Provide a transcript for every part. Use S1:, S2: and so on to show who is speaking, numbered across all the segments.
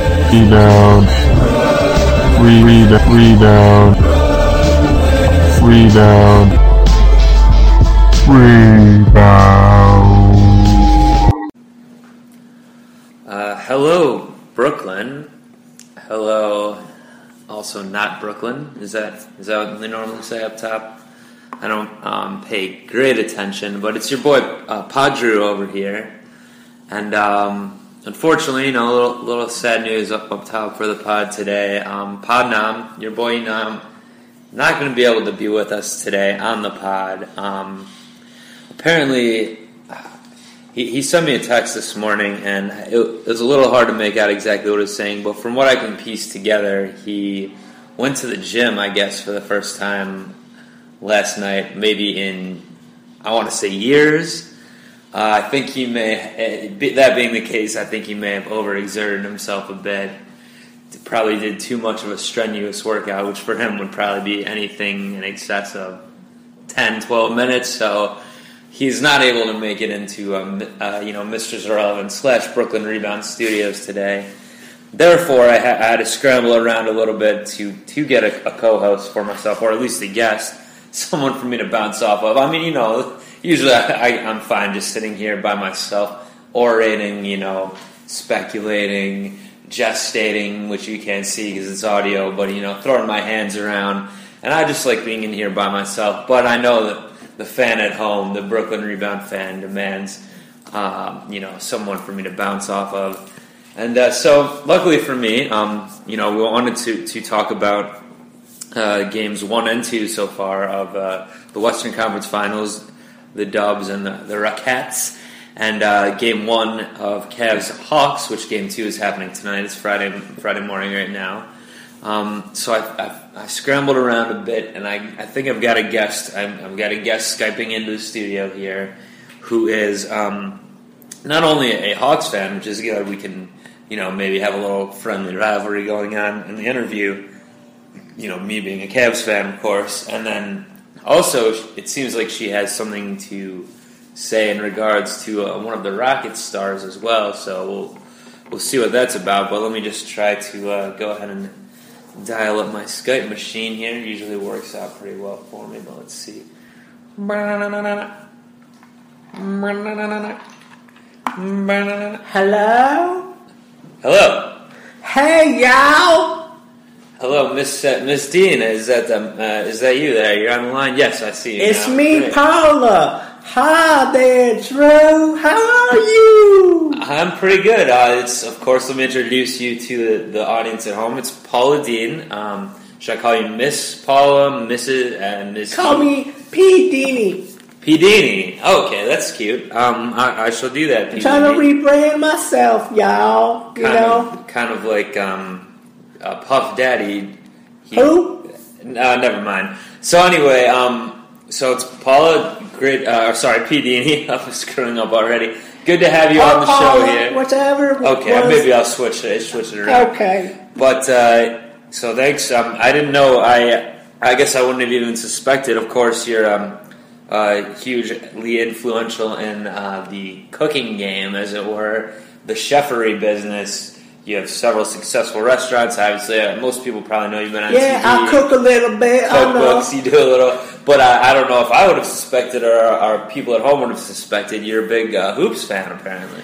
S1: Rebound. Re- re- rebound. Rebound. Rebound.
S2: Uh, hello, Brooklyn. Hello, also not Brooklyn. Is that is that what they normally say up top? I don't um, pay great attention, but it's your boy uh, Padru over here, and um, unfortunately, you know, a little, little sad news up, up top for the pod today. Um, Podnam, your boy Nam, not going to be able to be with us today on the pod. Um, apparently, he, he sent me a text this morning, and it, it was a little hard to make out exactly what he was saying, but from what I can piece together, he went to the gym, I guess, for the first time last night, maybe in, I want to say, years. Uh, I think he may, eh, be- that being the case, I think he may have overexerted himself a bit. Probably did too much of a strenuous workout, which for him would probably be anything in excess of 10, 12 minutes. So he's not able to make it into um, uh, you know Mr. Irrelevant slash Brooklyn Rebound Studios today. Therefore, I, ha- I had to scramble around a little bit to to get a, a co-host for myself, or at least a guest, someone for me to bounce off of. I mean, you know, usually I, I, I'm fine just sitting here by myself, orating, you know, speculating, gestating, which you can't see because it's audio, but you know, throwing my hands around, and I just like being in here by myself. But I know that the fan at home, the Brooklyn Rebound fan, demands, um, you know, someone for me to bounce off of. And uh, so, luckily for me, um, you know, we wanted to, to talk about uh, games one and two so far of uh, the Western Conference Finals, the Dubs and the, the Rockettes, and uh, game one of Cavs Hawks, which game two is happening tonight. It's Friday Friday morning right now. Um, so I, I, I scrambled around a bit, and I, I think I've got a guest. I've, I've got a guest skyping into the studio here, who is um, not only a Hawks fan, which is good. We can you know maybe have a little friendly rivalry going on in the interview you know, me being a Cavs fan, of course, and then also it seems like she has something to say in regards to uh, one of the Rockets stars as well. So we'll we'll see what that's about. But let me just try to uh, go ahead and dial up my Skype machine here. It usually works out pretty well for me. But let's see.
S3: Hello?
S2: Hello.
S3: Hey, y'all!
S2: Hello, Miss uh, Miss Dean. Is that um, uh, is that you there? You're on the line. Yes, I see you.
S3: It's
S2: now.
S3: me,
S2: Great.
S3: Paula. Hi there, Drew. How are you?
S2: I'm pretty good. Uh, it's of course. Let me introduce you to the, the audience at home. It's Paula Dean. Um, should I call you Miss Paula, Mrs. and Miss?
S3: Call me P. Dini.
S2: P. Deanie. Okay, that's cute. Um, I, I shall do that. P.
S3: Trying to
S2: Deanie.
S3: rebrand myself, y'all. You
S2: kind
S3: know?
S2: of, kind of like um, uh, Puff Daddy. He-
S3: Who?
S2: No, never mind. So anyway, um, so it's Paula. Great. Uh, sorry, P. Deanie. I'm screwing up already. Good to have you on the
S3: Or Oh, Paula,
S2: show here.
S3: Whatever. it
S2: Okay,
S3: was. Oh,
S2: maybe I'll switch it. Switch it around.
S3: Okay.
S2: But uh, so thanks. Um, I didn't know. I I guess I wouldn't have even suspected. Of course, you're um, uh, hugely influential in uh, the cooking game, as it were, the chefery business. You have several successful restaurants. Obviously, uh, most people probably know you've been on
S3: Yeah,
S2: TV.
S3: I cook a little bit. I know.
S2: Cookbooks, you do a little, but uh, I, I don't know if I would have suspected or our people at home would have suspected. You're a big uh, hoops fan, apparently.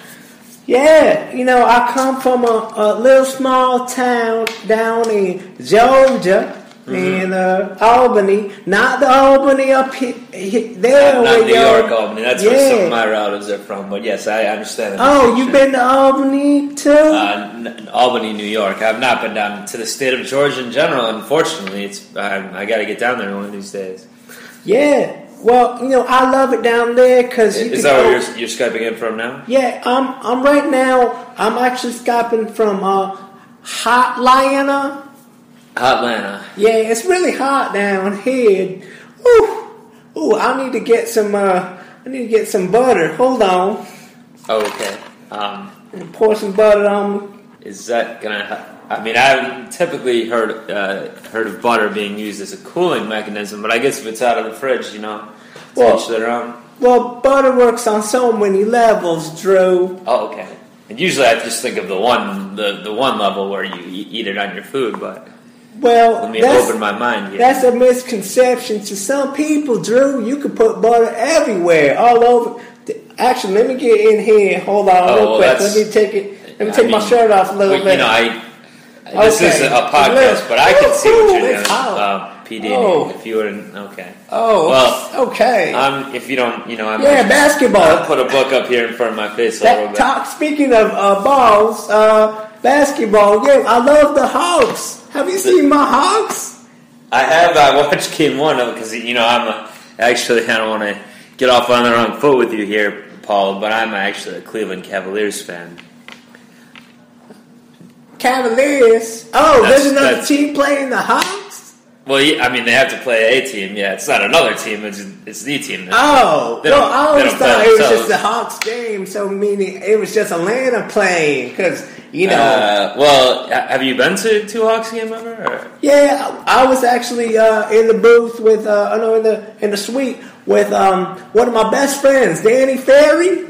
S3: Yeah, you know, I come from a, a little small town down in Georgia
S2: Mm-hmm.
S3: in uh, Albany, not the Albany up he, he, there.
S2: Not,
S3: where
S2: New
S3: y'all-
S2: York, Albany. That's where some of my relatives are from. But yes, I understand. that.
S3: Oh, you been to Albany too?
S2: uh, n- n- Albany, New York. I've not been down to the state of Georgia in general. Unfortunately, it's I, I got to get down there one of these days.
S3: yeah. Well, you know, I love it down there because you
S2: Is
S3: can
S2: that
S3: go-
S2: where you're, you're skyping in from now?
S3: Yeah, I'm. I'm right now. I'm actually skyping from uh, Hot Atlanta.
S2: Atlanta.
S3: Yeah, it's really hot down here. Ooh, ooh, I need to get some. Uh, I need to get some butter. Hold on,
S2: Oh, okay. Um,
S3: and pour some butter on me.
S2: is that gonna? ha- I mean, I haven't typically heard uh, heard of butter being used as a cooling mechanism, but I guess if it's out of the fridge, you know, to
S3: Well-
S2: each their own.
S3: Well, butter works on so many levels, Drew.
S2: Oh, okay. And usually I just think of the one the, the one level where you e- eat it on your food, but
S3: Well,
S2: let me
S3: that's-
S2: open my mind here.
S3: That's a misconception to some people, Drew. You could put butter everywhere, all over. Actually, let me get in here. Hold on,
S2: Oh,
S3: real
S2: well,
S3: quick.
S2: that's-
S3: Let me take it. Let me
S2: I
S3: take my
S2: mean,
S3: shirt off a little
S2: Well,
S3: bit.
S2: You know, I this
S3: Okay.
S2: is a
S3: Look.
S2: podcast, but I can see
S3: Ooh,
S2: what you're doing,
S3: it's hot.
S2: uh, PD.
S3: Oh.
S2: If you were in, okay,
S3: oh,
S2: well,
S3: okay.
S2: um, if you don't, you know, I'm
S3: yeah, basketball.
S2: I'll put a book up here in front of my face a little
S3: That
S2: bit.
S3: talk, speaking of uh, balls, uh, basketball game. I love the Hawks. Have you seen my Hawks?
S2: I have. I watched game one of because you know I'm a, actually I don't want to get off on the wrong foot with you here, Paul, but I'm actually a Cleveland Cavaliers fan.
S3: Cavaliers. Oh,
S2: That's-
S3: there's another
S2: that's-
S3: team playing the Hawks.
S2: Well, yeah, I mean they have to play a team. Yeah, it's not another team. It's it's the team.
S3: Oh,
S2: They
S3: no,
S2: don't-
S3: I
S2: they
S3: always
S2: don't
S3: thought
S2: play
S3: it was just
S2: themselves.
S3: the Hawks game, so meaning it was just Atlanta playing, because, you know,
S2: Uh, well, ha- have you been to two Hawks game ever? Or?
S3: yeah, I I was actually uh, in the booth with, uh, I know, in the, in the suite with um, one of my best friends, Danny Ferry.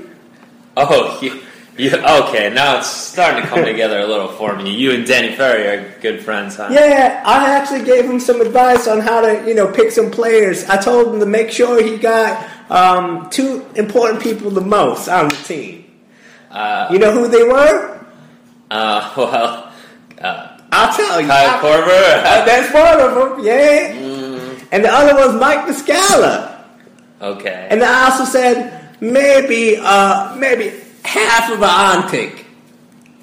S2: Oh, you, you, okay. Now it's starting to come together a little for me. You and Danny Ferry are good friends, huh?
S3: Yeah, I actually gave him some advice on how to, you know, pick some players. I told him to make sure he got um, two important people the most on the team.
S2: Uh,
S3: You know who they were?
S2: uh, well, uh,
S3: I'll tell you.
S2: Kyle
S3: I- Uh,
S2: Korver. Mm.
S3: that's one of them, yeah. And the other one's Mike Muscala.
S2: Okay.
S3: And I also said maybe uh, maybe half of an antic.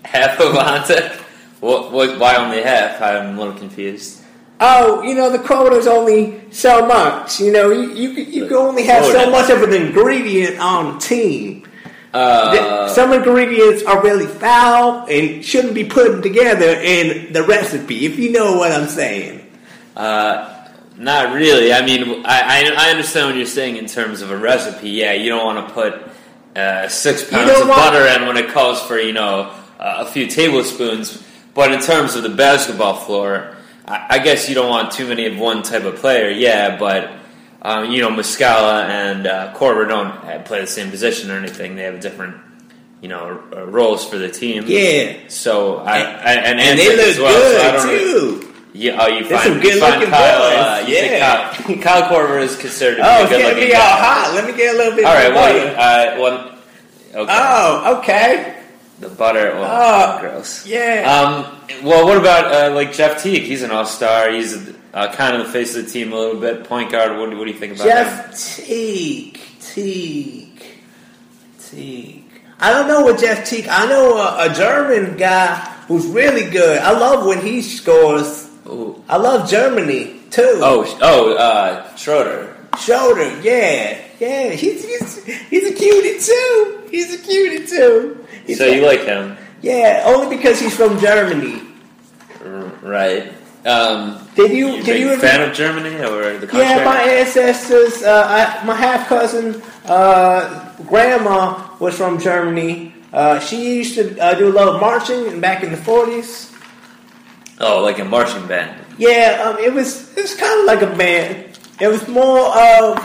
S2: half of Antic. What, what? Why only half? I'm a little confused.
S3: Oh, you know the quota's only so much. You know you you, could- you can only have so
S2: Quota.
S3: much of an ingredient on the team.
S2: Uh,
S3: Some ingredients are really foul and shouldn't be put together in the recipe. If you know what I'm saying.
S2: uh, not really. I mean, I, I I understand what you're saying in terms of a recipe. Yeah, you don't want to put uh, six pounds
S3: don't
S2: of
S3: want-
S2: butter in when it calls for you know uh, a few tablespoons. But in terms of the basketball floor, I, I guess you don't want too many of one type of player. Yeah, but um, you know Muscala and uh, Corver don't uh, play the same position or anything. They have different you know uh, roles for the team.
S3: Yeah.
S2: So I, I and,
S3: And
S2: Antic
S3: they
S2: as
S3: look
S2: well, so I
S3: good
S2: don't really-
S3: too.
S2: yeah, oh, you
S3: There's
S2: find,
S3: some good
S2: you find
S3: looking
S2: Kyle,
S3: boys,
S2: Uh, you think
S3: yeah.
S2: Kyle, Kyle Korver is considered to be
S3: Oh,
S2: a
S3: it's
S2: good
S3: gonna
S2: looking
S3: be all hot. Oh, Let me get a little bit.
S2: All right,
S3: more butter.
S2: well, uh, well, okay.
S3: Oh, okay.
S2: the butter, oh,
S3: Ah,
S2: gross.
S3: Yeah.
S2: Um, well, what about uh, like Jeff Teague? He's an all star. He's uh, kind of the face of the team a little bit. Point guard. What, do- what do you think about him?
S3: Jeff Teague. Teague. Teague. I don't know what Jeff Teague. I know a, a German guy who's really good. I love when he scores.
S2: Ooh.
S3: I love Germany too.
S2: Oh, sh- oh, uh, Schroeder.
S3: Shoulder, yeah. Yeah. He's, he's, he's a cutie too. He's a cutie too. He's
S2: So you like him,
S3: yeah, only because he's from Germany.
S2: R- right? Um,
S3: Did you,
S2: you a
S3: did
S2: big
S3: you ever
S2: fan of Germany or the country?
S3: Yeah, my ancestors, uh, I, my half cousin, uh, grandma was from Germany. Uh, she used to uh, do a lot of marching back in the forties.
S2: oh, like a marching band.
S3: Yeah, um, it was it was kind of like a band. It was more of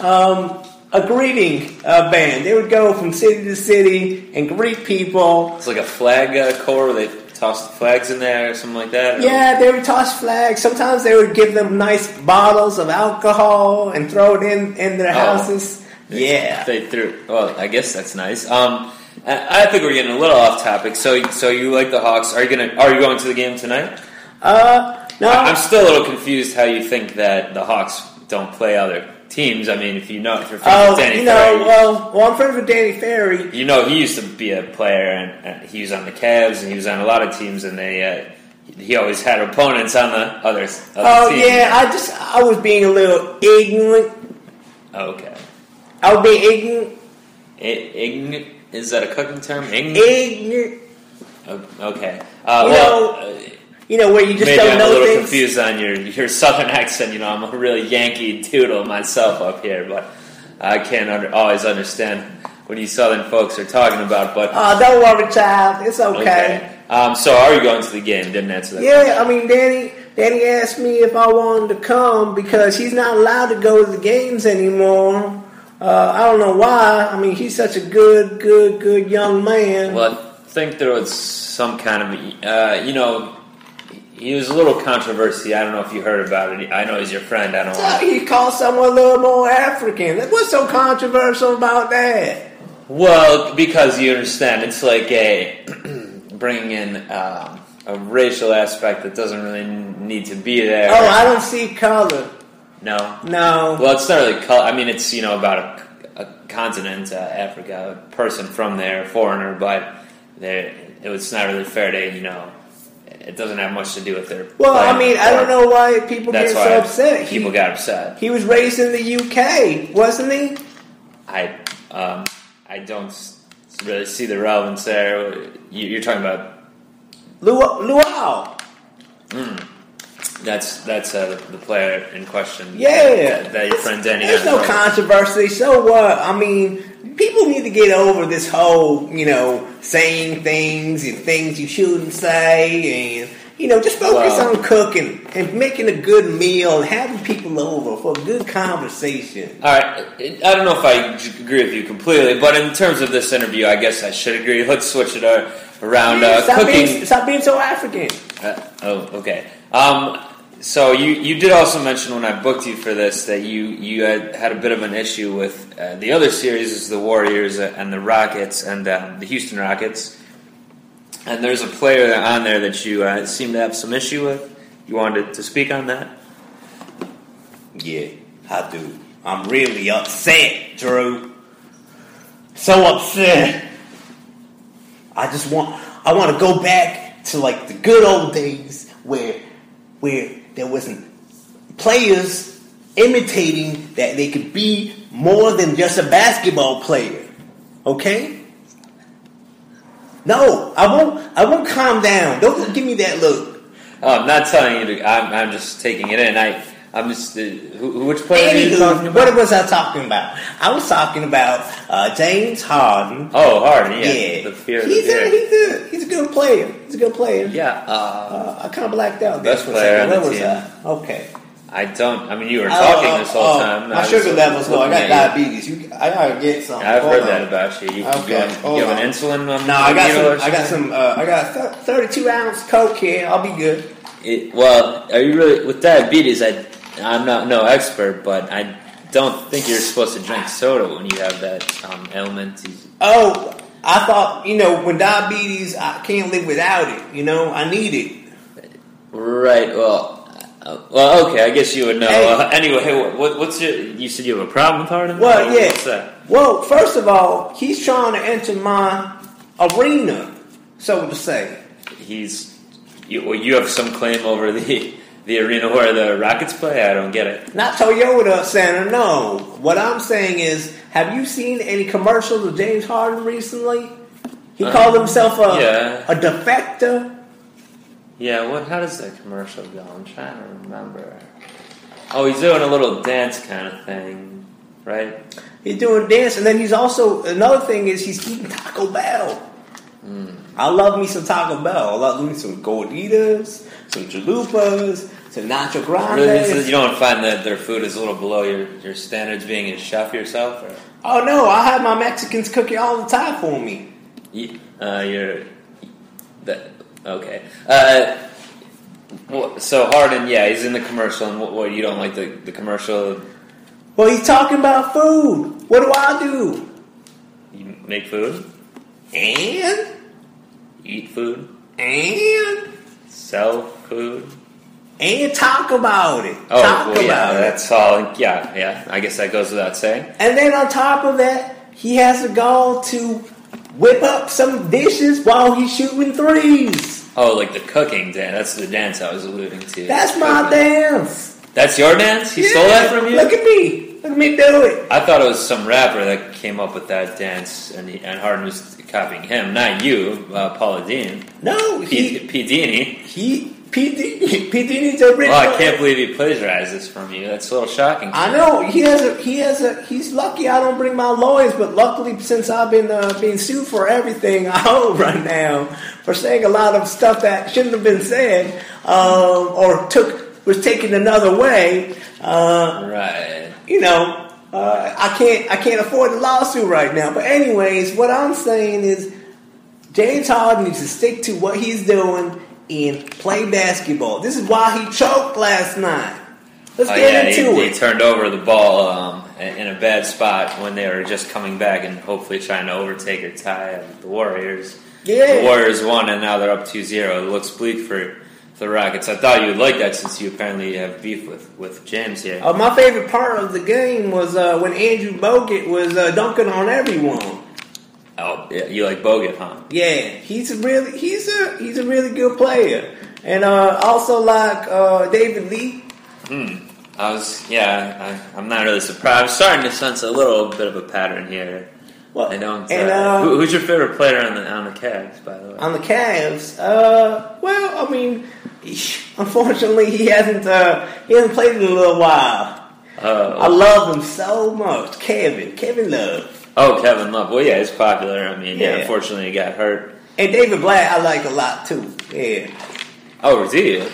S3: um, a greeting uh, band. They would go from city to city and greet people.
S2: It's like a flag uh, core where they toss the flags in there or something like that. or-
S3: Yeah, they would toss flags. Sometimes they would give them nice bottles of alcohol and throw it in in their
S2: Oh.
S3: houses. Yeah.
S2: They threw. Well, I guess that's nice. Um, I I think we're getting a little off topic. So, so you like the Hawks? Are you gonna? Are you going to the game tonight?
S3: Uh, no.
S2: I- I'm still a little confused how you think that the Hawks don't play other teams. I mean, if you know, if you're friends
S3: Oh,
S2: with Danny
S3: you know,
S2: Ferry,
S3: well, well, I'm friends with Danny Ferry.
S2: you know he used to be a player, and, and he was on the Cavs, and he was on a lot of teams, and they. Uh, he always had opponents on the other. other
S3: Oh
S2: team.
S3: yeah, I just I was being a little ignorant.
S2: Oh, Okay.
S3: I was being ignorant,
S2: I- Ign- is that a cooking term? Ign-
S3: ignorant.
S2: O- Okay. Uh,
S3: You
S2: well,
S3: know,
S2: uh,
S3: You know where you just
S2: maybe
S3: don't
S2: I'm a
S3: know
S2: little
S3: things.
S2: confused on your, your southern accent. You know, I'm a really Yankee doodle myself up here, but I can't under, always understand what you southern folks are talking about. But
S3: Oh, don't worry, child. It's okay.
S2: Um, so, are you going to the game? Didn't answer that.
S3: Yeah, I mean, Danny. Danny asked me if I wanted to come because he's not allowed to go to the games anymore. Uh, I don't know why. I mean, he's such a good, good, good young man.
S2: Well, think there was some kind of, uh, you know, he was a little controversy. I don't know if you heard about it. I know he's your friend. I don't.
S3: So
S2: Want
S3: he called someone a little more African. What's so controversial about that?
S2: Well, because you understand, it's like a bringing in um, a racial aspect that doesn't really need to be there.
S3: Oh, I don't see color.
S2: no.
S3: No.
S2: Well, it's not really color. I mean, it's you know about a, a continent, uh, Africa, a person from there, a foreigner, but they, it was not really fair to you know. It doesn't have much to do with their.
S3: Well, I
S2: playing
S3: mean, I
S2: sport.
S3: don't know why people
S2: That's
S3: get so
S2: why
S3: upset.
S2: people
S3: he,
S2: got upset.
S3: he was raised in the UK, wasn't he?
S2: I um, I don't s- really see the relevance there. You, you're talking about
S3: Lu- Luau.
S2: that's that's uh, the player in question.
S3: Yeah.
S2: that, that your friend Danny.
S3: There's
S2: got
S3: no
S2: in trouble.
S3: controversy. So what? I mean, people need to get over this whole, you know, saying things and things you shouldn't say and. You know, just focus
S2: Well-
S3: on cooking and making a good meal and having people over for a good conversation.
S2: All right, I I don't know if I j- agree with you completely, but in terms of this interview, I guess I should agree. Let's switch it uh, around. Uh,
S3: stop,
S2: cooking.
S3: being, stop being so African.
S2: Uh, oh, okay. Um, so you you did also mention when I booked you for this that you you had, had a bit of an issue with uh, the other series is the Warriors and the Rockets and um, the Houston Rockets, and there's a player on there that you uh, seem to have some issue with. You wanted to speak on that.
S3: Yeah, I do. I'm really upset, Drew. So upset. I just want I want to go back to like the good old days where where there wasn't players imitating that they could be more than just a basketball player. Okay? No, I won't I won't calm down. Don't give me that look.
S2: Oh, I'm not telling you. To, I'm I'm just taking it in. I I'm just uh, who, who- which player are you talking
S3: Anywho,
S2: about?
S3: what was I talking about? I was talking about uh, James Harden.
S2: oh, Harden. Yeah,
S3: Yeah,
S2: the fear. of the
S3: he's a,
S2: fear.
S3: he's a he's a good player. He's a good player.
S2: yeah. Uh,
S3: Uh, I kind of blacked out. there
S2: Best
S3: for a
S2: player
S3: second.
S2: on the
S3: Where was
S2: team.
S3: I? Okay.
S2: I don't. I mean, you were
S3: Oh,
S2: talking
S3: oh,
S2: this whole
S3: oh,
S2: time.
S3: My
S2: I
S3: sugar
S2: was
S3: level's low. I
S2: looking
S3: got
S2: at you.
S3: diabetes. You, I gotta get some.
S2: I've
S3: Hold
S2: heard
S3: on.
S2: that about you. You,
S3: Okay,
S2: you, have,
S3: hold
S2: you have
S3: on.
S2: an insulin. Um,
S3: No, I got
S2: needle
S3: some. I got some. Uh, I got a th- thirty-two ounce Coke here. I'll be good.
S2: It, well, are you really with diabetes? I I'm not no expert, but I don't think you're supposed to drink soda when you have that um, ailment.
S3: Oh, I thought you know when diabetes, I can't live without it. You know, I need it.
S2: Right. Well. uh, Well, okay. I guess you would know.
S3: Hey.
S2: Uh, anyway, what- what, what's your? You said you have a problem with Harden. Or
S3: Well, yeah.
S2: What's that?
S3: Well, first of all, he's trying to enter my arena, so to say.
S2: He's. You, well, you have some claim over the the arena where the Rockets play. I don't get it.
S3: Not Toyota Center, no. What I'm saying is, have you seen any commercials of James Harden recently? He
S2: Um,
S3: called himself a
S2: yeah.
S3: a defector.
S2: Yeah, what? How does that commercial go? I'm trying to remember. Oh, he's doing a little dance kind of thing, right?
S3: He's doing dance, and then he's also another thing is he's eating Taco Bell.
S2: Hmm.
S3: I love me some Taco Bell. I love me some gorditas, some chalupas, some nacho grandes.
S2: Really, so you don't find that their food is a little below your, your standards, being a chef yourself, or
S3: Oh no, I have my Mexicans cooking all the time for me.
S2: you, uh, you're that okay? Uh, wha- so Harden, yeah, he's in the commercial, and what, what you don't like the, the commercial?
S3: Well, he's talking about food. What do I do?
S2: You make food,
S3: And
S2: eat food,
S3: and
S2: sell food.
S3: and talk about it.
S2: Oh,
S3: talk
S2: well, yeah,
S3: about it.
S2: that's all. Yeah, yeah. I guess that goes without saying.
S3: And then on top of that, he has the goal to whip up some dishes while he's shooting threes.
S2: Oh, like the cooking dance. That's the dance I was alluding to.
S3: That's my dance.
S2: That's your dance? He stole that from you?
S3: Look at me. Look at me do it.
S2: I thought it was some rapper that came up with that dance, and he, and Harden was copying him, not you, uh, Paula Dean,
S3: No,
S2: P,
S3: he
S2: P Dini.
S3: he P D P D needs a
S2: Well, Oh, I can't believe he plagiarized this from you. That's a little shocking.
S3: I know he has a he has a he's lucky I don't bring my lawyers, but luckily since I've been uh, being sued for everything I owe right now for saying a lot of stuff that shouldn't have been said um, or took was taken another way, uh,
S2: Right.
S3: you know uh, I can't I can't afford the lawsuit right now. But anyways, what I'm saying is James Harden needs to stick to what he's doing and play basketball. This is why he choked last night. Let's
S2: Oh,
S3: get
S2: yeah,
S3: into
S2: he,
S3: it.
S2: he turned over the ball um, in in a bad spot when they were just coming back and hopefully trying to overtake or tie the Warriors. The
S3: yeah.
S2: Warriors won, and now they're up 2-0. It looks bleak for the Rockets. I thought you would like that since you apparently have beef with, with James here.
S3: Uh, my favorite part of the game was uh, when Andrew Bogut was uh, dunking on everyone.
S2: Oh, yeah, you like Bogut, huh?
S3: Yeah, he's a really he's a he's a really good player, and uh, also like uh, David Lee.
S2: Hmm. I was, yeah, I, I'm not really surprised. I'm starting to sense a little bit of a pattern here.
S3: Well,
S2: I know.
S3: and uh,
S2: Who, who's your favorite player on the on the Cavs, by the way?
S3: on the Cavs, uh, well, I mean, unfortunately, he hasn't uh, he hasn't played in a little while. I
S2: Uh,
S3: love him so much, Kevin, Kevin Love,
S2: oh, Kevin Love. Well, yeah, he's popular. I mean, yeah,
S3: Yeah.
S2: unfortunately, he got hurt.
S3: and David Black. I like a lot too. Yeah,
S2: Oh, did you?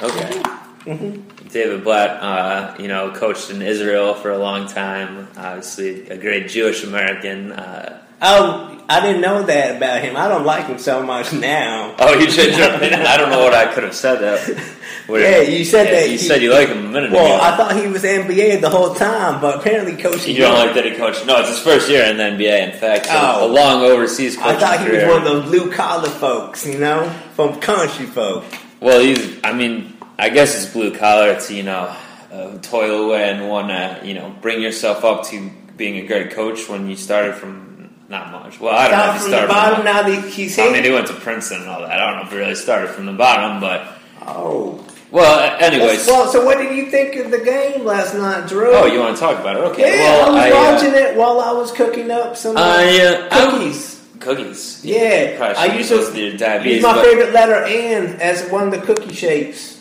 S2: Okay.
S3: Mm-hmm.
S2: David Blatt, uh, you know, coached in Israel for a long time. Obviously, a great Jewish American. Uh,
S3: oh, I didn't know that about him. I don't like him so much now.
S2: oh, you should. I don't know what I could have said that. Would-
S3: Yeah, you said
S2: yeah,
S3: that
S2: You
S3: he-
S2: said you like him a minute
S3: Well,
S2: ago.
S3: I thought he was NBA the whole time, but apparently, Coach.
S2: you don't like that he coached. No, it's his first year in the NBA. In fact, so
S3: Oh.
S2: a long overseas coaching
S3: I thought he was
S2: career.
S3: one of those blue collar folks, you know, from country folk.
S2: Well, he's. I mean, I guess it's blue collar. It's you know, uh, toil away and want to you know bring yourself up to being a great coach when you started from not much. Well, I don't know if
S3: Started from
S2: you
S3: the
S2: started
S3: bottom,
S2: from.
S3: now that he's
S2: I mean,
S3: here.
S2: he went to Princeton and all that. I don't know if he really started from the bottom, but
S3: Oh,
S2: well, a- anyways.
S3: well. So, what did you think of the game last night, Drew?
S2: oh, you want to talk about it? Okay.
S3: yeah,
S2: well,
S3: I
S2: uh,
S3: was watching it while I was cooking up some uh,
S2: I, uh, I-
S3: cookies.
S2: cookies.
S3: yeah,
S2: Probably
S3: I
S2: should
S3: used
S2: use
S3: to
S2: the
S3: use
S2: diabetes.
S3: my
S2: but-
S3: favorite letter "N" as one of the cookie shapes.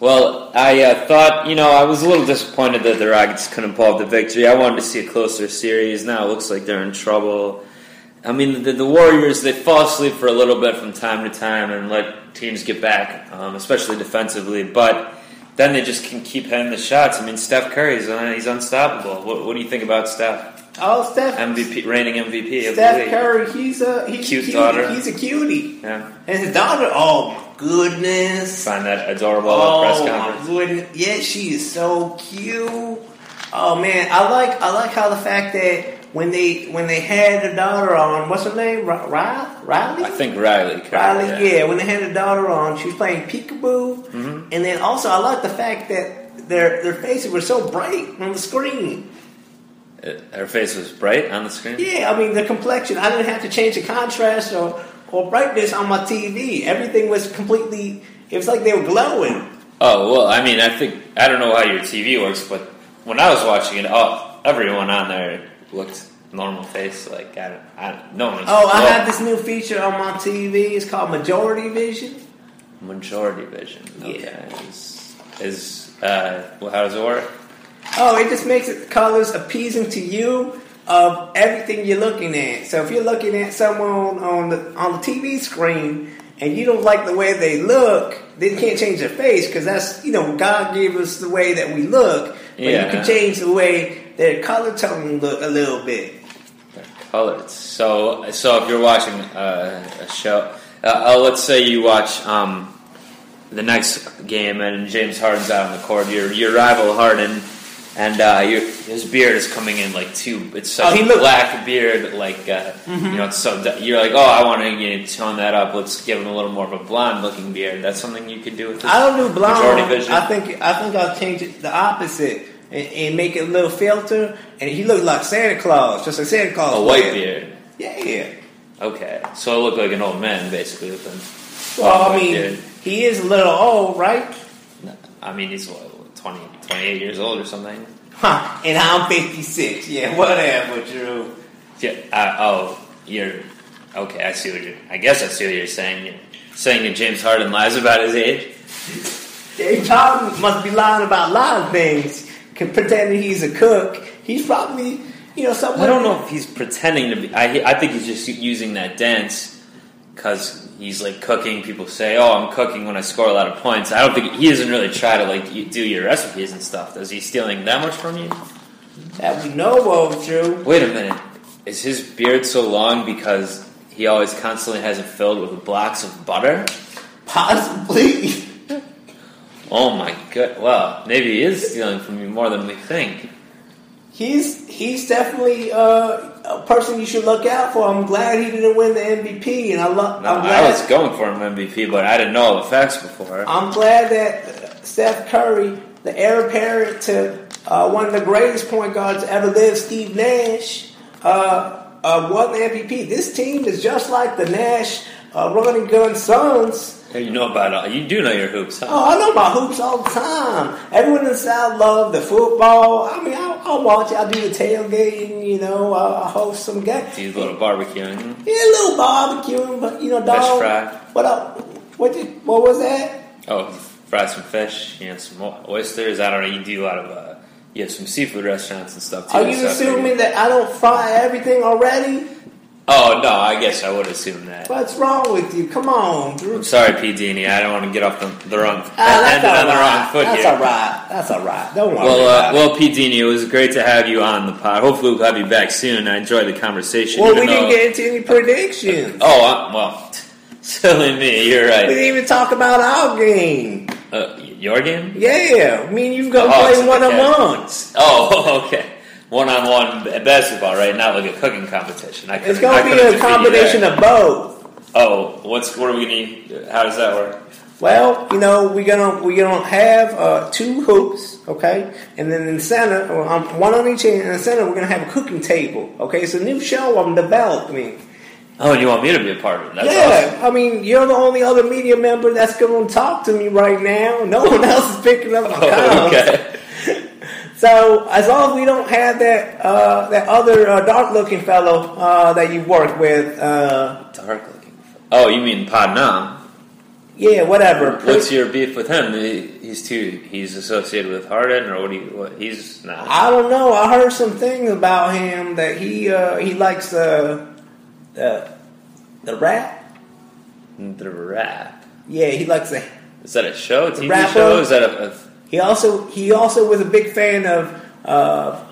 S2: Well, I uh, thought, you know, I was a little disappointed that the Rockets couldn't pull off the victory. I wanted to see a closer series. Now it looks like they're in trouble. I mean, the, the Warriors, they fall asleep for a little bit from time to time and let teams get back, um, especially defensively. But then they just can keep hitting the shots. I mean, Steph Curry, is, uh, he's unstoppable. What, what do you think about Steph?
S3: Oh, Steph,
S2: MVP, reigning MVP of the
S3: Steph
S2: league.
S3: Curry, he's a he's
S2: Cute
S3: a cutie.
S2: daughter.
S3: He's a cutie,
S2: Yeah,
S3: and his daughter. Oh goodness.
S2: find that adorable uh,
S3: Oh
S2: press
S3: my
S2: conference.
S3: goodness! Yeah, she is so cute. Oh man, I like I like how the fact that when they when they had the daughter on, what's her name? Ri- Ri- Riley.
S2: I think Riley. Curry,
S3: Riley.
S2: yeah. Mm-hmm.
S3: Yeah. when they had the daughter on, she was playing peekaboo, and then also I like the fact that their their faces were so bright on the screen.
S2: Uh, Her face was bright on the screen.
S3: Yeah, I mean the complexion. I didn't have to change the contrast or or brightness on my TV. Everything was completely. It was like they were glowing.
S2: Oh well, I mean, I think I don't know how your TV works, but when I was watching it, oh, everyone on there looked normal face. Like I, don't, I don't- no one.
S3: Oh, I have this new feature on my TV. It's called Majority Vision.
S2: majority vision. Okay.
S3: Yeah.
S2: Is, is uh, well, how does it work?
S3: Oh, it just makes the colors appeasing to you of everything you're looking at. So if you're looking at someone on the on the TV screen and you don't like the way they look, then you can't change their face because that's you know God gave us the way that we look, but you
S2: Yeah.
S3: can change the way their color tone look a little bit.
S2: They're colored. So, so if you're watching uh, a show, uh, uh, let's say you watch um, the next game and James Harden's out on the court, your your rival Harden, and uh, your, his beard is coming in like two. It's such
S3: Oh, he
S2: a
S3: looked- Mm-hmm.
S2: black beard, like uh, you know, it's so d- you're like, oh, I want to you know, tone that up. Let's give him a little more of a blonde looking beard. That's something you could do with. This
S3: I don't do blonde.
S2: majority vision.
S3: I think I think I'll change it the opposite and, and make it a little filter. And he looked like Santa Claus, just like Santa Claus.
S2: a white
S3: wear.
S2: beard.
S3: Yeah.
S2: Okay, so I look like an old man basically with him.
S3: Well, I
S2: White
S3: mean,
S2: beard.
S3: he is a little old, right?
S2: I mean, he's what, 20, 28 years old or something.
S3: Huh? And I'm 56. Yeah, whatever, Drew.
S2: Yeah. Uh, oh, you're okay. I see what you're. I guess I see what you're saying. You're saying that James Harden lies about his age.
S3: James Harden must be lying about a lot of things. Can pretending he's a cook. He's probably, you know, someone.
S2: I don't know if he's pretending to be. I I think he's just using that dance because he's like cooking. People say, "Oh, I'm cooking when I score a lot of points." I don't think he doesn't really try to like you- do your recipes and stuff. Does he stealing that much from you?
S3: that we know of, Drew.
S2: Wait a minute. Is his beard so long because he always constantly has it filled with blocks of butter.
S3: Possibly.
S2: Oh my god! Well, maybe he is stealing from you more than we think.
S3: He's he's definitely uh, a person you should look out for. I'm glad he didn't win the MVP, and I love.
S2: Now,
S3: I'm
S2: I
S3: glad.
S2: was going for an MVP, but I didn't know all the facts before.
S3: I'm glad that Steph Curry, the heir apparent to uh, one of the greatest point guards ever lived, Steve Nash, uh, uh, won the MVP. This team is just like the Nash uh, running gun Suns.
S2: You know about all. You do know your hoops, huh?
S3: Oh, I know about hoops all the time. Everyone in the South love the football. I mean, I, I watch. I do the tailgating. You know, I, I host some games.
S2: These little mm-hmm. barbecuing.
S3: Yeah, a little barbecuing, but you know, dog.
S2: Fish fry.
S3: What up? What did, What was that?
S2: Oh, fry some fish. You know, some o- oysters. I don't know. You do a lot of. Uh, you have some seafood restaurants and stuff too.
S3: Are you
S2: so I figured-
S3: assuming that I don't fry everything already?
S2: Oh no, I guess I would assume that.
S3: What's wrong with you? Come on, Drew.
S2: I'm sorry, P. Dini. I don't want to get off the, the wrong.
S3: Ah, that's
S2: ended on
S3: all
S2: the wrong
S3: right.
S2: foot
S3: That's
S2: here.
S3: all right. That's all right. Don't worry.
S2: Well, uh,
S3: about it.
S2: well, P. Dini, it was great to have you on the pod. Hopefully, we'll have you back soon. I enjoyed the conversation.
S3: well,
S2: even
S3: we didn't
S2: though-
S3: get into any predictions.
S2: Oh, I, well, silly me. You're
S3: We
S2: right.
S3: didn't even talk about our game.
S2: Uh, your game?
S3: Yeah, I mean you've got to
S2: Oh, it's
S3: play one
S2: okay.
S3: on ones.
S2: Oh, okay. One on one basketball, right? Not like a cooking competition. I
S3: It's
S2: couldn't- I
S3: gonna be
S2: couldn't
S3: a
S2: defeat you
S3: combination
S2: there.
S3: of both.
S2: Oh, what's what are we gonna? eat? How does that work?
S3: Well, you know we're gonna we're gonna have uh, two hoops, okay, and then in the center, well, um, one on each end. In the center, we're gonna have a cooking table, okay. It's a new show I'm developing.
S2: Oh, and you want me to be a part of it? That's awesome.
S3: yeah, I mean you're the only other media member that's gonna talk to me right now. No one else is picking up my
S2: Oh,
S3: calls.
S2: okay.
S3: So as long as we don't have that uh, that other uh, dark looking fellow uh, that you worked with, uh,
S2: Dark looking. Oh, you mean Padnam?
S3: yeah, whatever.
S2: What's your beef with him? He- He's too. He's associated with Harden, or what? Do you, what he's not.
S3: I don't know. I heard some things about him that he uh, he likes the the the rap.
S2: The rap.
S3: Yeah, he likes the.
S2: Is that a show? A TV
S3: Rapper?
S2: show? Is that a, a
S3: He also he also was a big fan of uh,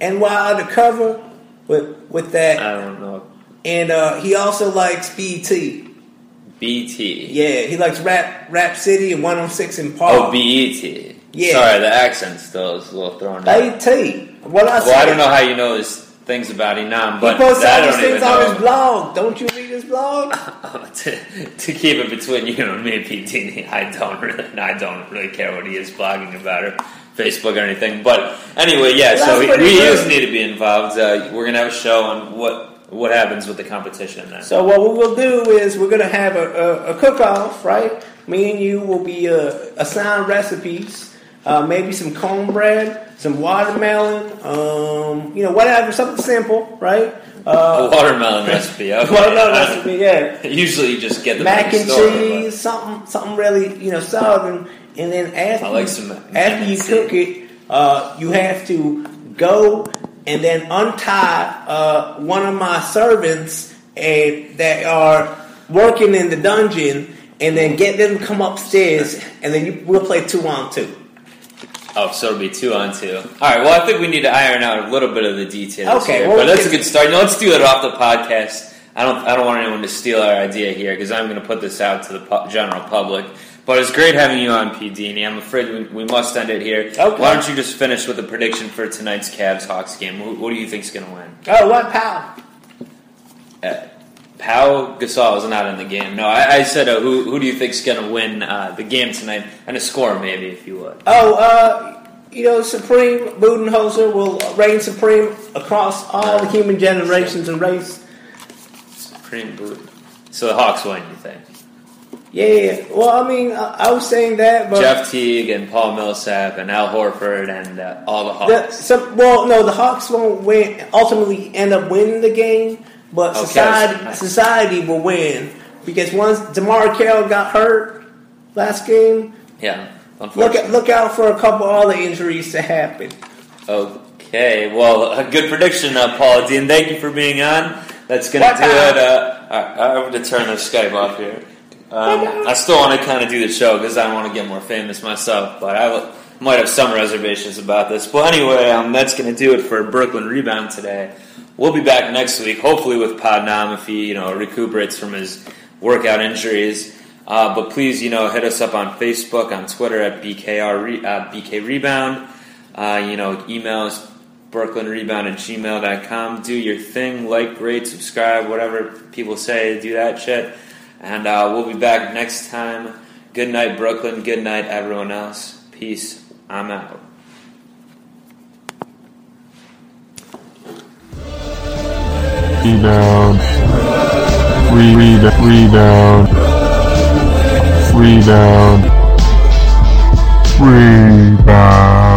S3: NY Undercover with with that,
S2: I don't know.
S3: and uh, he also likes BT.
S2: E BT.
S3: Yeah, he likes rap rap city and 106 in Park.
S2: Oh, BET.
S3: Yeah.
S2: Sorry, the accent still is a little thrown out.
S3: BT. What I
S2: Well, I
S3: said-
S2: don't know how you know these things about Inam,
S3: He
S2: but
S3: posts
S2: I
S3: all these
S2: don't even
S3: things on his
S2: know.
S3: blog. Don't you read his blog?
S2: to, to keep it between you and me, BT, I don't really, I don't really care what he is blogging about or Facebook or anything. But anyway, yeah. so
S3: Well, that's
S2: we,
S3: what he
S2: we
S3: does.
S2: just need to be involved. Uh, we're gonna have a show on what what happens with the competition then.
S3: So what we will do is we're gonna have a, a, a cook-off, right? Me and you will be uh, assigned recipes, uh, maybe some cornbread, some watermelon, um, you know, whatever, something simple, right? Uh,
S2: A watermelon recipe. Okay.
S3: watermelon recipe, yeah.
S2: Usually, you just get the
S3: Mac
S2: from
S3: and
S2: the store, but-
S3: cheese, something, something really, you know, southern. And then after,
S2: I like
S3: you-
S2: some mac
S3: after
S2: and
S3: you
S2: cheese.
S3: cook it, uh, you have to go and then untie uh, one of my servants and that are working in the dungeon, and then get them to come upstairs, and then you, we'll play two on two.
S2: Oh, so it'll be two on two. All right. Well, I think we need to iron out a little bit of the details.
S3: Okay,
S2: here,
S3: well,
S2: but
S3: we
S2: that's a
S3: can-
S2: good start. Now, let's do it off the podcast. I don't. I don't want anyone to steal our idea here because I'm going to put this out to the pu- general public. But it's great having you on, P. Dini. I'm afraid we, we must end it here.
S3: Okay.
S2: Why don't you just finish with a prediction for tonight's Cavs Hawks game? Who, who do you think's going to win?
S3: Oh, what pal?
S2: Uh, Pau Gasol is not in the game. No, I, I said uh, who. Who do you think's going to win uh, the game tonight? And a score, maybe, if you would.
S3: Oh, uh, you know, Supreme Budenholzer will reign supreme across all the human generations and race.
S2: Supreme boot. So the Hawks win, you think?
S3: Yeah, yeah. Well, I mean, I, I was saying that, but
S2: Jeff Teague and Paul Millsap and Al Horford and uh, all the
S3: the,
S2: Hawks.
S3: some, well, no, the Hawks won't win. Ultimately, end up winning the game, but
S2: Okay.
S3: society society will win because once Demar Carroll got hurt last game,
S2: yeah,
S3: look
S2: unfortunately.
S3: at, look out for a couple other injuries to happen.
S2: okay, well, a good prediction, uh, Paul Dean. Thank you for being on. That's going to do
S3: Bye-bye.
S2: it. Uh, I, I'm going to turn the Skype off here. Um,
S3: Bye-bye.
S2: I still want to kind of do the show because I want to get more famous myself, but I will- might have some reservations about this. But anyway, um, that's going to do it for Brooklyn Rebound today. We'll be back next week, hopefully with Podnam if he you know recuperates from his workout injuries. Uh, but please, you know, hit us up on Facebook, on Twitter at BKR Re- uh, BK Rebound. Uh, you know, email us brooklynrebound at gmail.com. Do your thing, like, rate, subscribe, whatever people say, do that shit. And uh, we'll be back next time. Good night, Brooklyn. Good night, everyone else. Peace. I'm out.
S1: Rebound. Re- re- rebound. Rebound. Rebound.